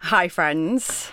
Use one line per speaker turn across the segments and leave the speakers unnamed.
Hi, friends.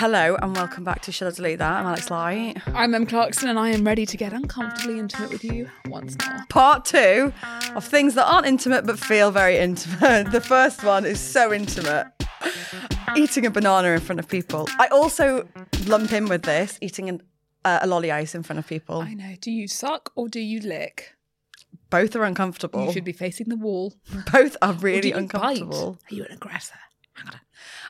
Hello, and welcome back to Should I Delete That? I'm Alex Light.
I'm Em Clarkson and I am ready to get uncomfortably intimate with you once more.
Part two
Ah.
of things that aren't intimate but feel very intimate. The first one is so intimate. Eating a banana in front of people. I also lump in with this eating an, uh, a lolly ice in front of people.
I know. Do you suck or do you lick?
Both are uncomfortable.
You should be facing the wall.
Both are
Or do
really
you
uncomfortable.
Bite? Are you an aggressor? Hang on.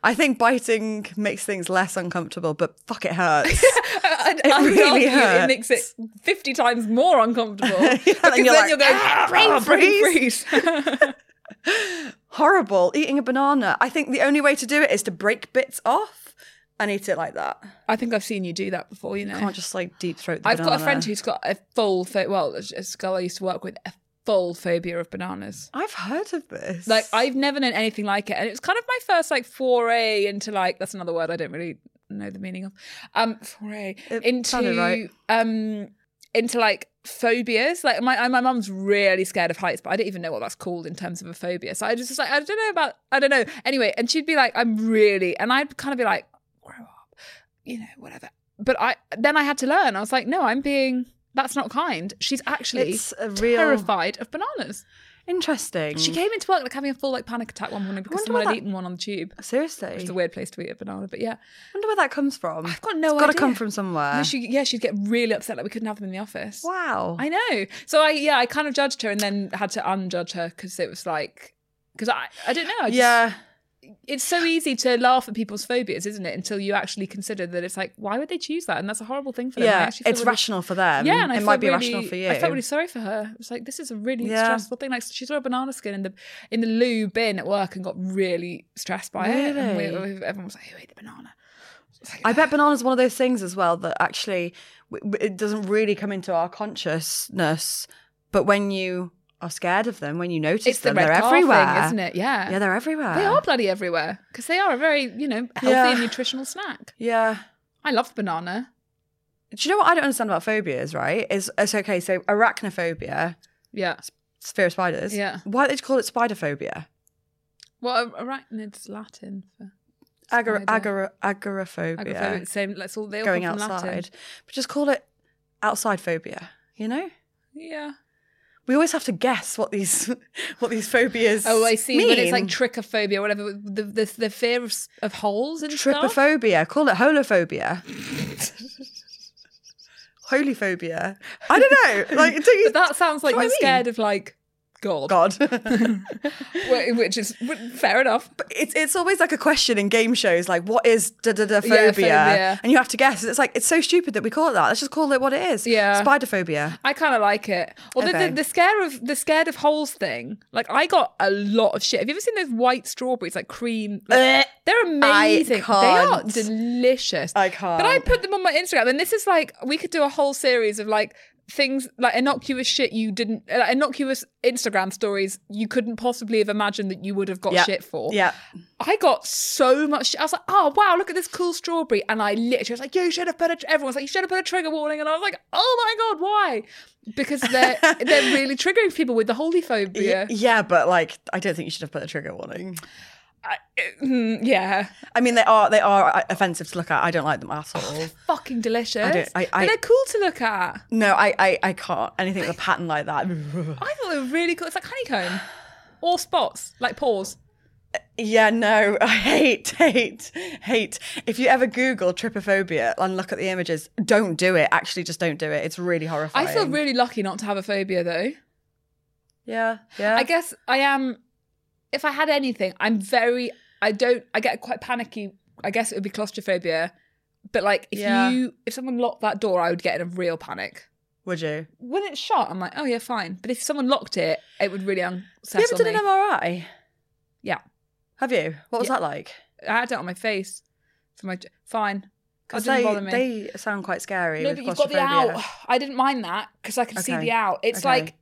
I think biting makes things less uncomfortable, but fuck, it hurts.
I,
It
would
really
argue It
hurts.
makes it 50 times more uncomfortable. because
and
then
you're like,
you're, going,
"Ah,
brain
brain
freeze.
Horrible. Eating a banana. I think the only way to do it is to break bits off and eat it like that.
I think I've seen you do that before, you know.
Can't just like deep throat the
I've
banana.
got a friend who's got a full, pho- well, a a girl I used to work with, a full phobia of bananas.
I've heard of this.
Like, I've never known anything like it. And it was kind of my first, like, foray into, like, that's another word I don't really know the meaning of. Um, foray.
It sounded
into,
right.
um, into, like, phobias. Like, my I- my mum's really scared of heights, but I don't even know what that's called in terms of a phobia. So I just was like, I don't know about, I don't know. Anyway, and she'd be like, I'm really, and I'd kind of be like, grow up, you know, whatever. But I, then I had to learn. I was like, no, I'm being, that's not kind. She's actually
It's a real-
terrified of bananas.
Interesting.
She came into work like having a full like panic attack one morning because
wonder
someone
what
had
that-
eaten one on the tube.
Seriously.
It's a weird place to eat a banana, but yeah,
wonder where that comes from.
I've got no
it's gotta
idea.
come from somewhere.
No, she, yeah, she'd get really upset that we couldn't have them in the office.
wow.
I know. So I yeah, I kind of judged her and then had to unjudge her because it was like because I I don't know. I just,
yeah.
it's so easy to laugh at people's phobias, isn't it? Until you actually consider that it's like why would they choose that? And that's a horrible thing for them. I
Yeah.
actually feel
It's
really-
rational for them.
yeah, and I
it
felt
might be
really,
rational for you.
I felt really sorry for her. It's like this is a really
Yeah.
stressful thing. Like she saw a banana skin in the in the loo bin at work and got really stressed by it. And we,
Really?
we- everyone was like, "Who ate the banana?" It's like,
I bet bananas one of those things as well that actually w- w- it doesn't really come into our consciousness, but when you are scared of them, when you notice
it's the
them,
red
they're
car thing,
everywhere,
isn't it? Yeah,
Yeah, they're everywhere.
They are bloody everywhere because they are a very you know healthy
Yeah.
and nutritional snack.
Yeah.
I love banana.
Do you know what I don't understand about phobias? Right? Is it's okay? So arachnophobia,
Yeah.
it's fear of spiders.
Yeah.
Why do they call it spider phobia?
Well, ar- arachnid's Latin for
Agor-
Spider.
agor- agoraphobia.
agoraphobia. Same. Let's all they all
Going
come from
outside,
Latin.
but just call it outside phobia. You know.
Yeah.
We always have to guess what these what these phobias.
Oh, I see.
Mean.
When it's like trichophobia, whatever, the the, the fear of, s- of holes and stuff.
Trypophobia. Call it holophobia. Holy phobia. I don't know. Like, don't you,
But that sounds like
Do you know what I
you're
mean?
scared of like God,
God.
Wh- which is wh- fair enough.
But it's it's always like a question in game shows, like what is da da da
Yeah,
phobia,
phobia.
and you have to guess. It's like it's so stupid that we call it that. Let's just call it what it is.
Yeah.
spider phobia.
I kind of like it. Although
Okay.
the, the scare of the scared of holes thing, like I got a lot of shit. Have you ever seen those white strawberries, like cream? like, they're amazing.
can't.
They are delicious.
I
But I
can't.
put them on my Instagram, and this is like we could do a whole series of like things like innocuous shit you didn't uh, innocuous Instagram stories you couldn't possibly have imagined that you would have got
Yeah.
shit for.
Yeah,
I got so much. I was like, oh wow, look at this cool strawberry, and I literally was like, you should have put a. Everyone's like, you should have put a trigger warning, and I was like, oh my god, why? Because they're they're really triggering people with the holy phobia.
yeah, but like I don't think you should have put a trigger warning.
I, mm, yeah,
I mean, they are they are uh, offensive to look at. I don't like them at all.
fucking delicious.
I don't- I-
But
I-
they're cool to look at.
No, I, I, I can't. Anything with a pattern like that.
I thought they were really cool. It's like honeycomb, or spots like paws.
Yeah, no, I hate, hate, hate. If you ever Google trypophobia and look at the images, don't do it. Actually, just don't do it. It's really
I
horrifying.
feel really lucky not to have a phobia though.
Yeah, yeah.
I guess I am. If I had anything, I'm very. I don't. I get quite panicky. I guess it would be claustrophobia. But like, if
Yeah.
you, if someone locked that door, I would get in a real panic.
Would you?
When it's shut, I'm like, oh yeah, fine. But if someone locked it, it would really unsettle
You ever done
me.
an MRI?
yeah,
Have you? What was
Yeah.
that like?
I had it on my face for my fine. 'Cause
'Cause
It didn't
they,
bother me.
they sound quite scary.
no,
with
but you've got the
claustrophobia.
out. I didn't mind that because I could see
Okay.
the out. It's
Okay.
like,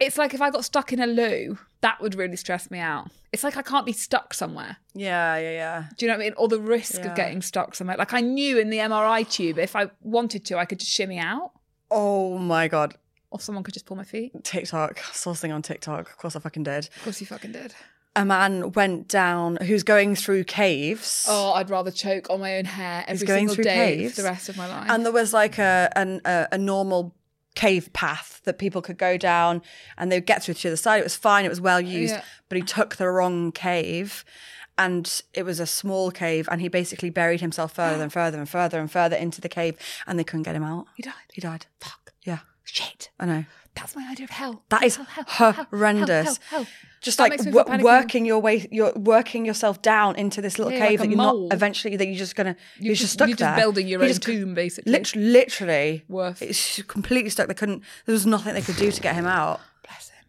it's like if I got stuck in a loo, that would really stress me out. It's like I can't be stuck somewhere.
Yeah, yeah, yeah.
Do you know what I mean? Or the risk
Yeah.
of getting stuck somewhere. Like I knew in the MRI tube, if I wanted to, I could just shimmy out,
Oh my god.
or someone could just pull my feet.
TikTok, sourcing on TikTok. Of course, I fucking did.
Of course, you fucking did.
A man went down who's going through caves.
Oh, I'd rather choke on my own hair every
He's going
single
through
day
caves.
for the rest of my life.
and there was like a an, a, a normal cave path that people could go down and they'd get through to the other side it was fine it was well used
Oh, Yeah.
but he took the wrong cave and it was a small cave and he basically buried himself further and further and further and further into the cave and they couldn't get him out
he died.
he died
Fuck.
yeah
Shit.
i know
That's my idea of hell.
that is
Hell, hell, hell, hell,
horrendous
hell, hell.
just
That
like
makes me
wo-
feel panicky.
working your way you're working yourself down into this little
Yeah, like
cave
a
that you're
mole.
not eventually that you're just gonna you're, just,
just-
stuck
you're just
there
building your
He
own
cou-
tomb, basically.
lit- literally
Worth.
it's completely stuck they couldn't there was nothing they could do to get him out
Bless him.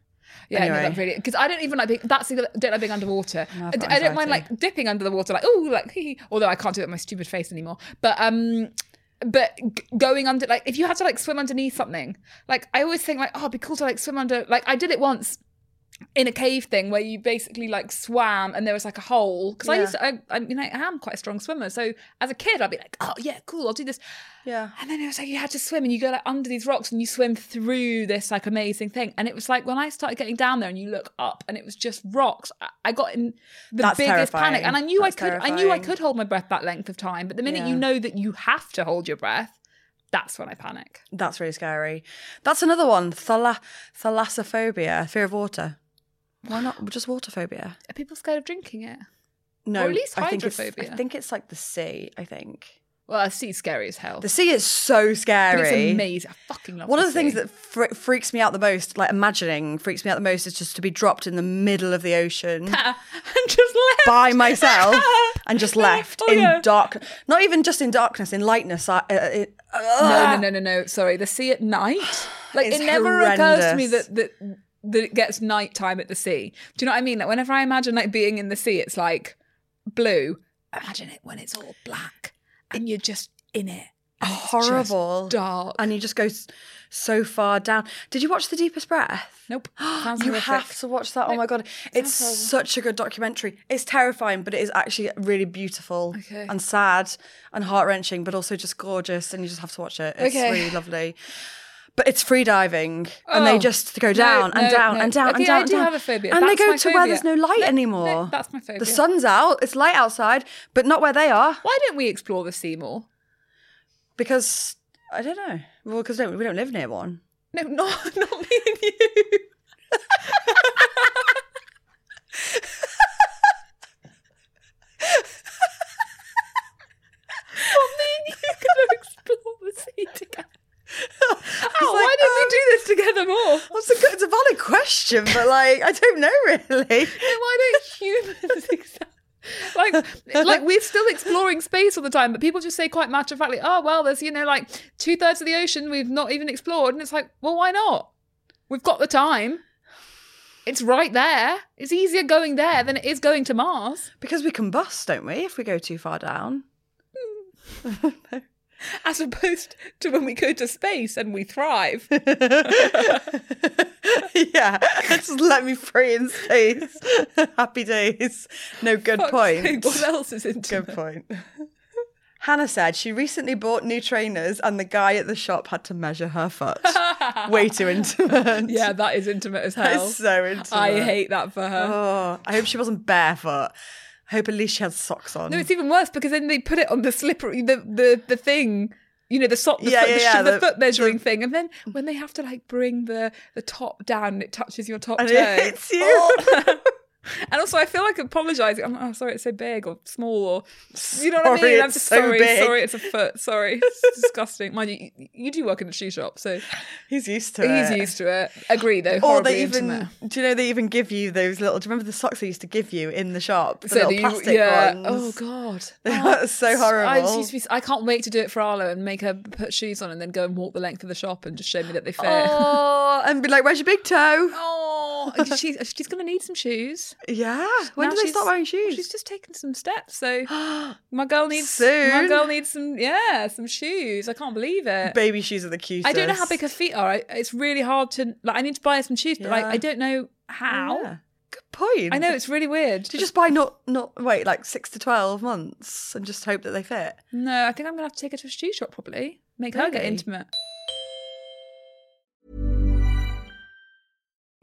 Yeah, no,
Anyway.
that really because I don't even like being, that's the don't like being underwater.
No, I've
I,
got
I don't mind
anxiety.
like dipping under the water, like oh, like hee hee. although I can't do it with my stupid face anymore. But um, but g- going under like if you had to like swim underneath something, like I always think like oh, it'd be cool to like swim under. Like I did it once in a cave thing where you basically like swam and there was like a hole because I
Yeah.
used to, I, I mean I am quite a strong swimmer, so as a kid I'd be like oh yeah, cool, I'll do this.
yeah
And then it was like you had to swim and you go like under these rocks and you swim through this like amazing thing. And it was like when I started getting down there and you look up and it was just rocks, I- I got in the
That's
biggest panic.
terrifying.
And I knew
That's
I could I knew I
terrifying.
could hold my breath that length of time. But the minute
Yeah.
you know that you have to hold your breath, that's when I panic.
that's really scary that's another one thala- thalassophobia fear of water why not just water phobia
Are people scared of drinking it?
no
Or at least
I think, it's, I
hydrophobia.
think it's like the sea i think
Well, I see scary as hell.
the sea is so
But
scary
it's amazing. I fucking love
One of
the
the things
sea.
that fre- freaks me out the most, like imagining freaks me out the most, is just to be dropped in the middle of the ocean
and just left
by myself and just left
Oh,
in
yeah.
dark, not even just in darkness, in lightness. I, uh, it,
No,
ugh.
no, no, no, no. Sorry, the sea at night. Like
Ah. It's
it never occurs to me
horrendous.
that that that it gets nighttime at the sea. Do you know what I mean? Like whenever I imagine like being in the sea, it's like blue. Imagine it when it's all black and you're just in it. and it's just
horrible,
dark.
and you just go s- so far down. Did you watch The Deepest Breath?
nope. Sounds
You
horrific.
have to watch that. Oh
No,
my god, it's
horrible.
such a good documentary. It's terrifying, but it is actually really beautiful
Okay.
and sad and heart wrenching, but also just gorgeous. And you just have to watch it. It's
Okay.
really lovely. But it's free diving, and they
Oh,
just go
no,
down and
no,
down
no.
and down
Okay,
and down.
I
and
do
down.
have a phobia.
And
That's
they go
my
to where
phobia.
there's no light
No, no,
anymore.
that's my phobia.
The sun's out. It's light outside, but not where they are
Why don't we explore the sea more?
because I don't know. Well, because we don't live near one.
No, not not me and you. Well, me and you could explore the sea together. um, Ow, Oh, why
like,
didn't we do this together more?
That's a good. It's a valid question, but like I don't know really.
Then why don't humans accept? Like, like we're still exploring space all the time, but people just say quite matter of factly, "Oh well, there's you know like two thirds of the ocean we've not even explored," and it's like, well, why not? We've got the time. It's right there. It's easier going there than it is going to Mars.
Because we combust, don't we, if we go too far down?
As opposed to when we go to space and we thrive.
yeah, just let me free in space. Happy days. No, good point.
What else is in
Good point. Hannah said she recently bought new trainers and the guy at the shop had to measure her foot. Way too intimate.
Yeah, that is intimate as
That
hell.
is so intimate.
I hate that for her.
Oh, I hope she wasn't barefoot. hope at least she has socks on.
No, it's even worse because then they put it on the slippery the the, the thing. You know the sock, the,
Yeah,
foot,
yeah,
the, sh-
yeah,
the,
the-
foot measuring thing, and then when they have to like bring the the top down, and it touches your top
And it
toe.
hits you.
Oh. and also, I feel like apologising. I'm oh, sorry, it's so big or small, or you know what I
Sorry,
mean. I'm
it's
just
so
sorry,
big.
sorry, it's a foot. Sorry, it's disgusting. Mind you, you, you do work in a shoe shop, so
He's used to it.
he's used to it. Agree, though.
Or
horribly
they even
intimate.
do you know they even give you those little? Do you remember the socks they used to give you in the shop? The
that
little
you-
plastic ones.
Oh god,
That was so horrible.
I, just used to be, I can't wait to do it for Arlo and make her put shoes on and then go and walk the length of the shop and just show me that they fit. Oh,
Oh, and be like, "Where's your big toe?"
she's she's gonna need some shoes.
Yeah. When
Now
do they
she's-
start wearing
well,
shoes?
she's just taken some steps, so my girl needs my
Soon.
girl needs some yeah some shoes. I can't believe it.
Baby shoes are the cutest.
I don't know how big her feet are. I, it's really hard to like. I need to buy her some shoes, but like
Yeah.
I don't know how.
Yeah. Good point.
I know it's really weird.
Do you just buy not not wait like six to twelve months and just hope that they fit?
No, I think I'm gonna have to take her to a shoe shop probably. Make her get
Really?
intimate.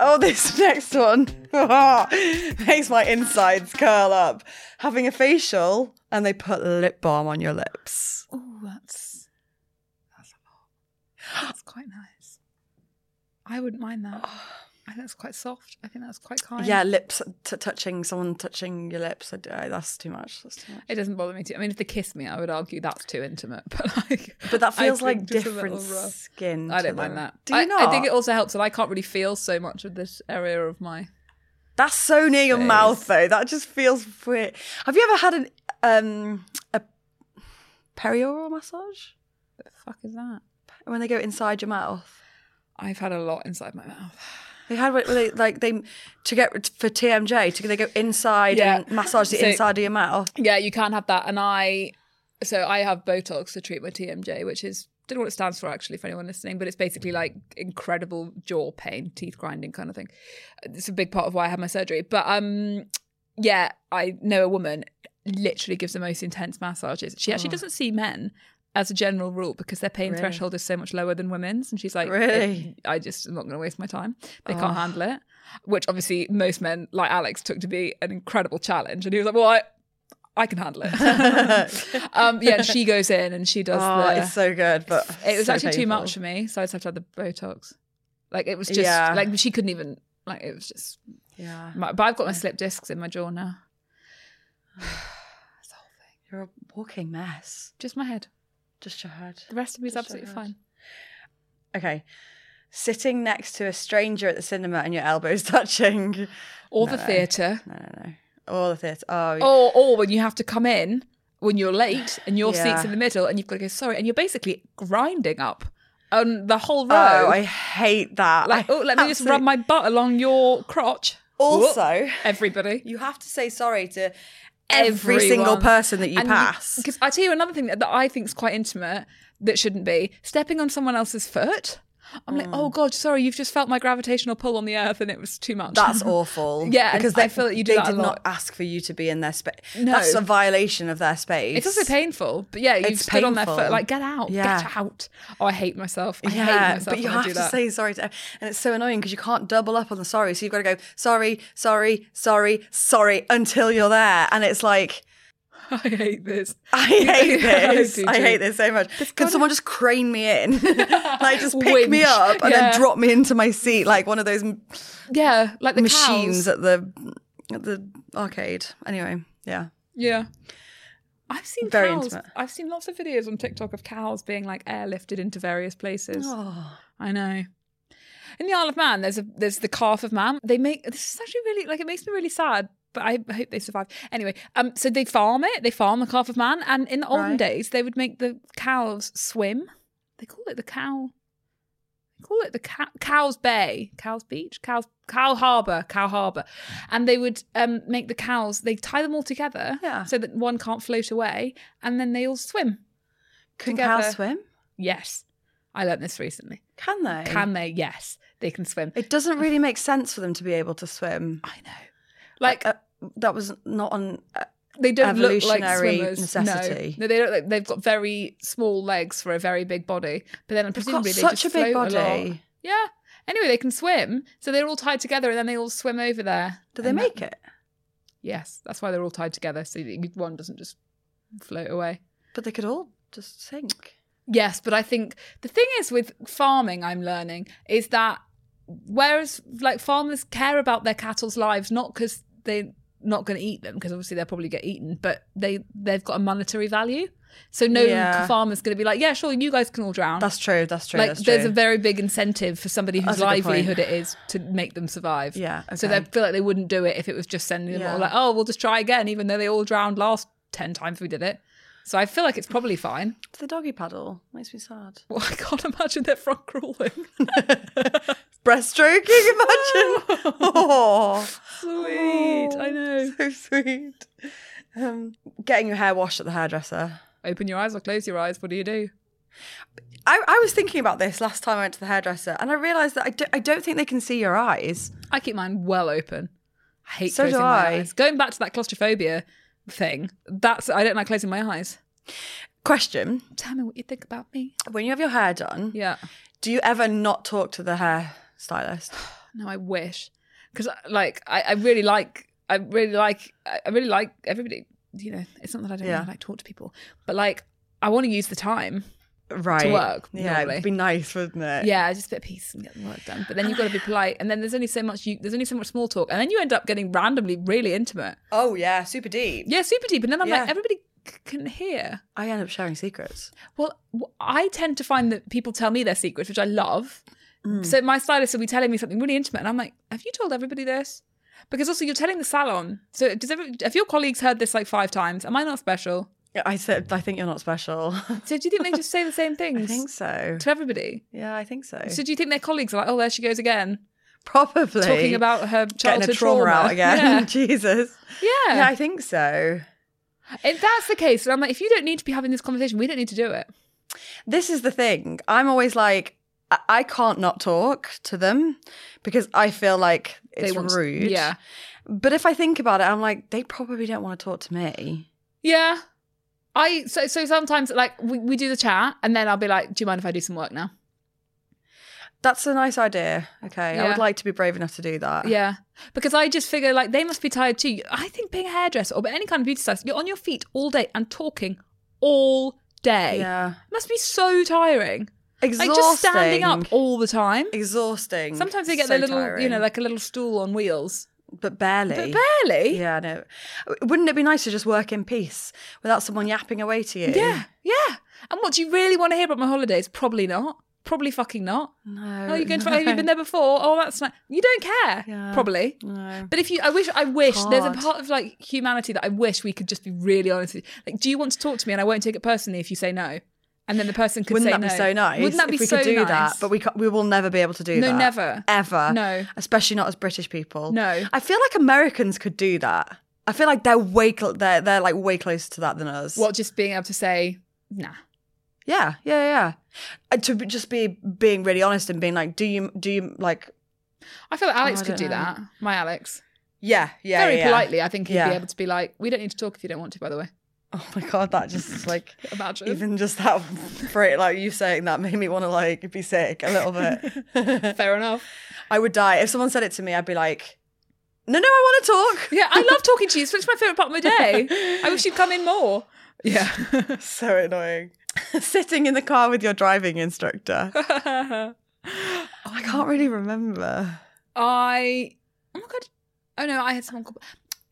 Oh, this next one makes my insides curl up. Having a facial and they put lip balm on your lips.
Oh, that's that's a lot. That's quite nice. I wouldn't mind that. I think that's quite soft. I think that's quite kind.
Yeah, lips t- touching someone touching your lips. I d- I- that's too much. That's too much.
It doesn't bother me too. I mean, if they kiss me, I would argue that's too intimate. But like,
But that
I
feels
think
like
just a
different
little rough.
skin.
I
to
don't mind
them.
that.
Do you
I,
not?
I think it also helps that I can't really feel so much of this area of my.
That's so near your
Face.
mouth though. That just feels weird. Have you ever had an um a perioral massage
What the fuck is that?
when they go inside your mouth?
I've had a lot inside my mouth.
They had what they, like they to get for TMJ to they go inside
Yeah.
and massage the
So-
inside of your mouth.
Yeah, you can't have that. And I, so I have Botox to treat my TMJ, which is don't know what it stands for actually for anyone listening, but it's basically like incredible jaw pain, teeth grinding kind of thing. It's a big part of why I had my surgery. But um, yeah, I know a woman literally gives the most intense massages. She actually doesn't see men as a general rule because their pain threshold is so much lower than women's, and she's like,
Really?
"It- I just am not going to waste my time. They can't handle it. Which obviously most men like Alex took to be an incredible challenge, and he was like, well, I. I can handle it. um, yeah, and she goes in and she does
Oh,
the.
it's so good, but
it was
so
actually too
painful.
much for me, so I just have to have the Botox. Like it was just
Yeah.
like she couldn't even like it was just.
Yeah,
My, but I've got my slip discs in my jaw now.
you're a walking mess.
Just my head.
Just your head.
The rest of me is
Just your
absolutely
head.
fine.
Okay, sitting next to a stranger at the cinema and your elbows touching.
Or the theatre,
No, no, no. All of this. Oh,
or or when you have to come in when you're late and your
Yeah.
seat's in the middle and you've got to go sorry and you're basically grinding up on the whole row.
oh, I hate that.
like
I
oh, let me just
absolutely-
rub my butt along your crotch.
Also-
Whoop. everybody.
You have to say sorry to every single person that you pass.
Because I tell you another thing that, that I think is quite intimate that shouldn't be stepping on someone else's foot. I'm like,
Mm.
oh god, sorry, you've just felt my gravitational pull on the earth, and it was too much.
That's awful.
Yeah, and
because
I
they
feel that you do
they
that a
did not
lot.
ask for you to be in their space.
No.
That's a violation of their space.
It's also painful, but yeah, you've
It's
stood on their foot.
painful.
Like, get out,
Yeah.
get out. Oh, I hate myself. I hate myself
but you
when
have
I do
to
that.
say sorry to, and it's so annoying because you can't double up on the sorry. So you've got to go sorry, sorry, sorry, sorry until you're there, and it's like,
I hate this.
I hate
Yeah, I
this.
do
I
too.
hate this so much. Can someone just crane me in? like just pick me
Winch.
up and
Yeah.
then drop me into my seat like one of those m-
Yeah, like the
machines
cows.
at the at the arcade. Anyway, yeah.
Yeah. I've seen
Very
cows.
intimate.
I've seen lots of videos on TikTok of cows being like airlifted into various places. I know. In the Isle of Man, there's a there's the calf of man. They make this is actually really like it makes me really sad, but I hope they survive. Anyway, um, so they farm it. They farm the calf of man, and in the olden
Right.
days, they would make the cows swim. They call it the cow. They call it the cow, cow's bay, cow's beach, cow's cow harbor, cow harbor, and they would um make the cows. They tie them all together,
Yeah.
so that one can't float away, and then they all swim.
Can
Together.
cows swim?
Yes, I learned this recently.
Can they?
Can they? Yes, they can swim.
It doesn't really make sense for them to be able to swim.
I know. Like
Uh, that was not on. Uh,
they don't look like
evolutionary
swimmers.
necessity.
No, no they don't. Like, they've got very small legs for a very big body, but then
they've got
presumably they
such
just
a big
float along.
body.
Yeah. Anyway, they can swim, so they're all tied together, and then they all swim over there.
Do they
And that-
make it?
Yes, that's why they're all tied together, so that one doesn't just float away.
But they could all just sink.
Yes, but I think the thing is with farming, I'm learning is that whereas like farmers care about their cattle's lives not because they're not going to eat them because obviously they'll probably get eaten, but they they've got a monetary value. So no
Yeah.
farmer's going to be like, yeah, sure, you guys can all drown.
That's true. That's true.
like
that's
there's
true.
a very big incentive for somebody whose
That's a good point.
livelihood it is to make them survive.
Yeah,
So
okay.
they feel like they wouldn't do it if it was just sending them
Yeah.
all like, oh, we'll just try again, even though they all drowned last ten times we did it. So I feel like it's probably fine.
Do they doggy paddle? Makes me sad.
Well, I can't imagine their front crawling.
Breaststroking, imagine. oh,
Sweet, I know.
so sweet. Um, getting your hair washed at the hairdresser.
Open your eyes or close your eyes. What do you do?
I, I was thinking about this last time I went to the hairdresser, and I realised that I, do, I don't think they can see your eyes.
I keep mine well open. I hate
So do
closing my
I.
eyes. Going back to that claustrophobia thing, that's I don't like closing my eyes.
Question:
Tell me what you think about me.
When you have your hair done,
Yeah.
do you ever not talk to the hair stylist?
No, I wish because uh, like I, I really like I really like I I really like everybody. You know, it's not that I don't
Yeah.
really like talk to people, but like I want to use the time.
Right.
work,
Yeah,
normally.
it'd be nice, wouldn't it?
Yeah, just a bit of peace and get the work done. But then you've got to be polite, and then there's only so much you there's only so much small talk, and then you end up getting randomly really intimate.
Oh yeah, super deep.
Yeah, super deep, and then I'm
Yeah.
like, everybody c- can hear.
I end up sharing secrets.
Well, w- I tend to find that people tell me their secrets, which I love.
Mm.
So my stylist will be telling me something really intimate, and I'm like, have you told everybody this? Because also you're telling the salon. So does every, have your colleagues heard this like five times? Am I not special?
I said, I think you're not special. I
So do you think they just say the same things
think so.
to everybody?
Yeah, I think so.
So do you think their colleagues are like, oh, there she goes again?
Probably
talking about her
getting
childhood
a trauma, out again. Jesus.
Yeah, yeah.
Yeah, I think so.
If that's the case, then I'm like, if you don't need to be having this conversation, we don't need to do it.
This is the thing. I'm always like, I- I can't not talk to them because I feel like it's
want to-
rude.
yeah,
But if I think about it, I'm like, they probably don't want to talk to me.
yeah. I so so sometimes like we, we do the chat, and then I'll be like, do you mind if I do some work now?
That's a nice idea. Okay. I
Yeah.
would like to be brave enough to do that.
Yeah, because I just figure like they must be tired too. I think being a hairdresser or any kind of beauty stylist, you're on your feet all day and talking all day.
Yeah.
must be so tiring.
Exhausting.
Like just standing up all the time.
Exhausting.
Sometimes they get
So
their little, you
tiring.
know, like a little stool on wheels,
but barely.
but barely.
Yeah, I know. Wouldn't it be nice to just work in peace without someone yapping away to you?
Yeah, yeah. And what do you really want to hear about my holidays? Probably not. Probably fucking not.
No.
Oh, you're going to? Have you been there before? Oh, that's nice. You don't care.
Yeah. Mm.
Probably.
No.
But if you, I wish, I wish there's a
hard.
part of like humanity that I wish we could just be really honest. With. Like, do you want to talk to me? And I won't take it personally if you say no. And then the person could
Wouldn't
say
that
no.
be so nice?
Wouldn't that be
if we
so
could do
nice?
that? But we ca- we will never be able to do
No,
that.
never.
Ever.
No.
Especially not as British people.
No.
I feel like Americans could do that. I feel like they're way cl- they're they're like way closer to that than us.
what just being able to say nah?
Yeah, yeah, yeah. And to be- just be being really honest and being like, do you do you like?
I feel like Alex
Oh, I
could
don't
do
know.
that. My Alex,
Yeah, yeah.
very
yeah, yeah.
politely, I think he'd
Yeah.
be able to be like, "We don't need to talk if you don't want to." By the way,
Oh my god, that just is like
Imagine.
even just that phrase, like you saying that made me want to like be sick a little bit.
fair enough.
I would die if someone said it to me. I'd be like, No, no, I want to talk.
Yeah, I love talking to you. It's my favorite part of my day. I wish you'd come in more. Yeah.
So annoying. Sitting in the car with your driving instructor. oh, I can't really remember.
I oh my god. Oh no, I had someone call.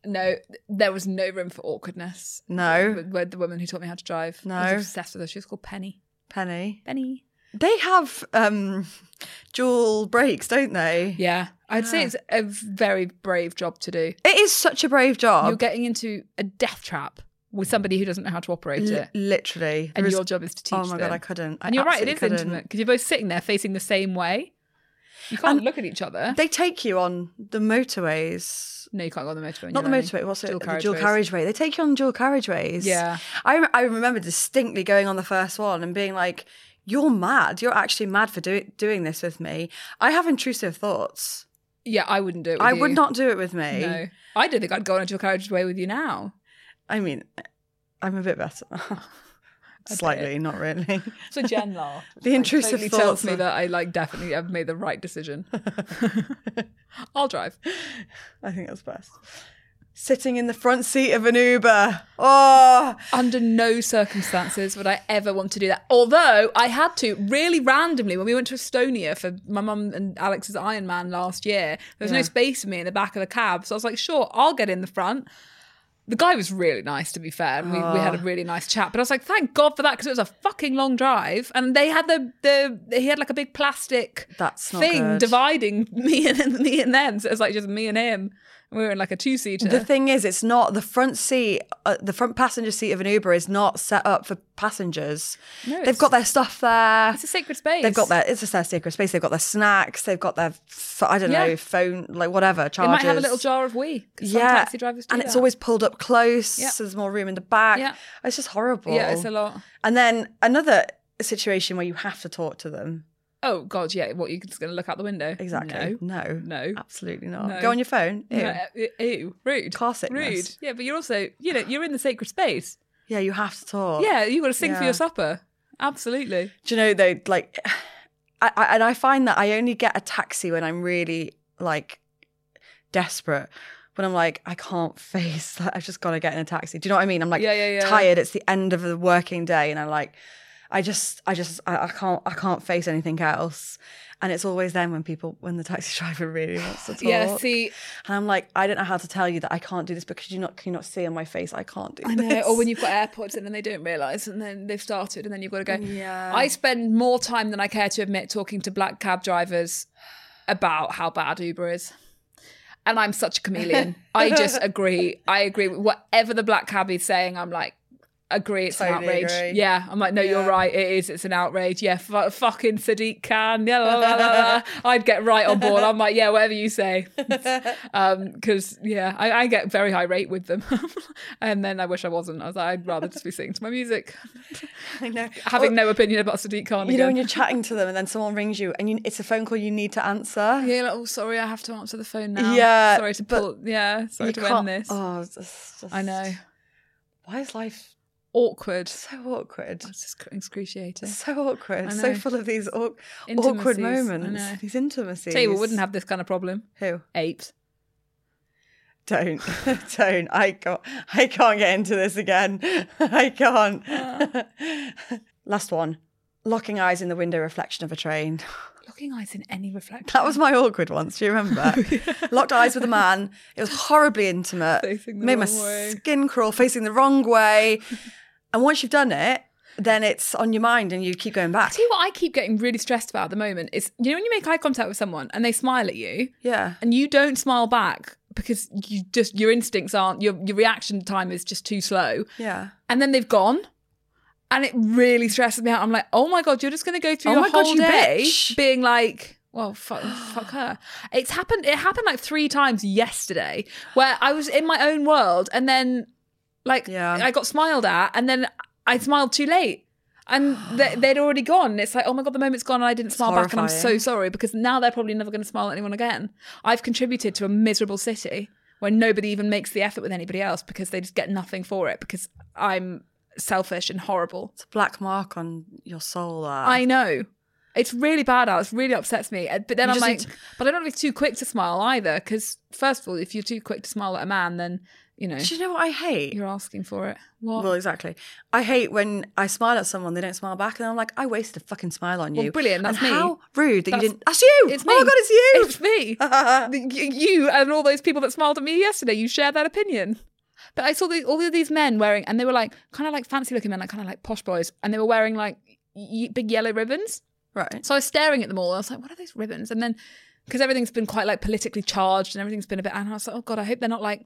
No, there was no room for awkwardness.
No,
With, with the woman who taught me how to drive. I
No.
was obsessed with her. She was called Penny.
Penny.
Penny.
They have um, dual brakes, don't they?
Yeah, I'd
Ah.
say it's a very brave job to do.
It is such a brave job.
You're getting into a death trap with somebody who doesn't know how to operate
Li-
it,
literally.
and
Res-
your job is to teach.
Oh my god,
them.
I couldn't. I
And you're right; it is
absolutely couldn't.
intimate because you're both sitting there facing the same way. You can't
And
look at each other.
They take you on the motorways.
no, you can't go on the motorway. when
Not the
you're only
motorway. What's it?
dual
the dual
carriageways.
carriageway. They take you on dual carriageways.
Yeah.
I rem- I remember distinctly going on the first one and being like, "You're mad. You're actually mad for do- doing this with me. I have intrusive thoughts.
Yeah, I wouldn't do it. With
I would
you.
not do it with me.
No, I don't think I'd go on a dual carriageway with you now.
I mean, I'm a bit better. Slightly, not really.
So Jen laugh.
The intrusive
totally
thoughts
tells me
are-
that I like definitely have made the right decision. I'll drive.
I think that's best. Sitting in the front seat of an Uber. Oh,
Under no circumstances would I ever want to do that. Although I had to really randomly when we went to Estonia for my mum and Alex's Ironman last year. There was no space for me in the back of the cab, so I was like, "Sure, I'll get in the front." The guy was really nice, to be fair, and we, we
Ah.
had a really nice chat. But I was like, "Thank God for that," because it was a fucking long drive, and they had the the he had like a big plastic
That's not
thing
good.
dividing me and me and them. So it was like just me and him. We were in like a two seater.
The thing is, it's not the front seat, uh, the front passenger seat of an Uber is not set up for passengers.
No,
They've
it's-
got their stuff there.
it's a sacred space.
They've got their it's just their secret space. They've got their snacks. They've got their f- I don't
Yeah.
know phone like whatever
They
chargers.
might have a little jar of wee. 'cause some
Yeah,
taxi drivers do
and it's
that.
always pulled up close.
Yeah.
So there's more room in the back.
Yeah.
It's just horrible.
yeah, it's a lot.
And then another situation where you have to talk to them.
Oh god, yeah. What you're just going to look out the window?
Exactly.
No.
No.
No.
Absolutely not.
No.
Go on your phone. Ew.
No, e- ew, rude.
Car sickness.
Rude. Yeah, but you're also, you know, you're in the sacred space.
Yeah, you have to talk.
Yeah, you got to sing for
Yeah.
your supper. Absolutely.
Do you know though, like, I, I, and I find that I only get a taxi when I'm really like desperate. When I'm like, I can't face that. I've just got to get in a taxi. Do you know what I mean? I'm like,
Yeah, yeah, yeah.
tired. It's the end of the working day, and I'm like, I just, I just, I, I can't, I can't face anything else. And it's always then when people, when the taxi driver really wants to talk.
Yeah. See,
And I'm like, I don't know how to tell you that I can't do this because you not, can you not see on my face I can't do
I
this.
know. Or when you've got AirPods in and they don't realise, and then they've started, and then you've got to go.
Yeah.
I spend more time than I care to admit talking to black cab drivers about how bad Uber is. And I'm such a chameleon. I just agree. I agree with whatever the black cab is saying. I'm like, agree. It's an
Totally
outrage.
agree.
Yeah. I'm like, no, you're right. It is. It's an outrage. Yeah. F- fucking Sadiq Khan. Yeah. La, la, la, la. I'd get right on board. I'm like, yeah, whatever you say. because yeah, I, I get very irate with them, and then I wish I wasn't. I was like, I'd rather just be singing to my music,
I know.
having
Or-
no opinion about Sadiq Khan.
You know,
again.
when you're chatting to them and then someone rings you and you, it's a phone call you need to answer.
yeah, like, oh, sorry, I have to answer the phone now.
Yeah,
sorry to
but
pull. Yeah, sorry
you
to
can't-
end this.
Oh, it's just-
I know,
Why is life
awkward.
so awkward?
It's just excruciating.
So awkward.
I
So
know.
full of these awk-
Intimacies,
awkward
I
moments.
know.
These intimacies.
Tell you what wouldn't have this kind of problem.
Who?
Apes.
Don't. Don't. I can't, I can't get into this again. I
Uh.
can't. Last one. Locking eyes in the window reflection of a train.
Looking eyes in any reflection.
That was my awkward once. Do you remember? Locked eyes with a man. It was horribly intimate.
Facing the
Made my
wrong way.
skin crawl, facing the wrong way. and once you've done it, then it's on your mind, and you keep going back.
See what I keep getting really stressed about at the moment is you know when you make eye contact with someone and they smile at you.
Yeah.
and you don't smile back because you just your instincts aren't your your reaction time is just too slow.
Yeah.
And then they've gone. And it really stresses me out. I'm like, oh my god, you're just gonna go
Oh
through your
my God,
whole
you
day
bitch.
being like, well, fuck, fuck her. It's happened. It happened like three times yesterday, where I was in my own world, and then like
Yeah.
I got smiled at, and then I smiled too late, and they, they'd already gone. It's like, oh my god, the moment's gone, and I didn't smile back, and I'm so
horrifying.
sorry because now they're probably never going to smile at anyone again. I've contributed to a miserable city where nobody even makes the effort with anybody else because they just get nothing for it because I'm selfish and horrible.
It's a black mark on your soul. That.
I know. It's really bad, Alex. Really upsets me. Uh, But then
You
I'm
just
like,
need
but I don't want to be too quick to smile either, because first of all, if you're too quick to smile at a man, then you know
Do you know what I hate?
you're asking for it. What?
Well, exactly. I hate when I smile at someone, they don't smile back, and I'm like, I wasted a fucking smile on you.
Well, brilliant, that's
and
me.
How rude that
That's-
you didn't. That's you.
It's
It's
me.
Oh my god, it's you.
It's me. Y- you and all those people that smiled at me yesterday. You share that opinion. But I saw the, all of these men wearing, and they were like kind of like fancy looking men, like kind of like posh boys, and they were wearing like y- big yellow ribbons.
right.
So I was staring at them all. And I was like, what are those ribbons? And then, because everything's been quite like politically charged and everything's been a bit, and I was like, oh God, I hope they're not like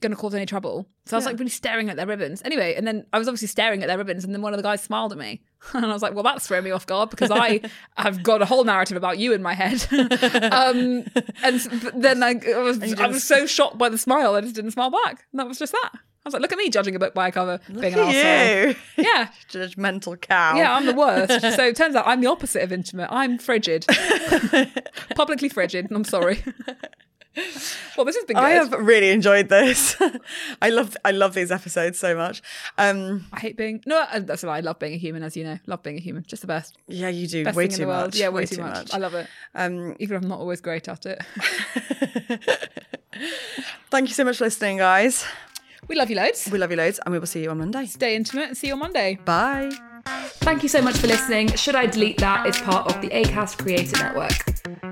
going to cause any trouble. So I was like really staring at their ribbons. Anyway, and then I was obviously staring at their ribbons, and then one of the guys smiled at me. And I was like, well, that's thrown me off guard because I have got a whole narrative about you in my head. um, and s- but then I, I, was, I was so shocked by the smile, I just didn't smile back. And that was just that. I was like, look at me judging a book by a cover, being an arsehole.
you.
Yeah.
Judgmental cow.
Yeah, I'm the worst. so it turns out I'm the opposite of intimate. I'm frigid, publicly frigid. and I'm sorry. well, this has been good.
I
I,
have really enjoyed this. I love I love these episodes so much. Um,
hate being no. uh, That's a lie. I love being a human, as you know. Love being a human. Just the best.
yeah, you do
Best
way
thing
too
in the world.
much.
Yeah, way, too, much. I love it.
Um,
Even if I'm not always great at it.
thank you so much for listening, guys.
we love you loads.
We love you loads, and we will see you on Monday.
Stay intimate and see you on Monday.
Bye.
Thank you so much for listening. Should I delete that? It's part of the ACAST Creator Network.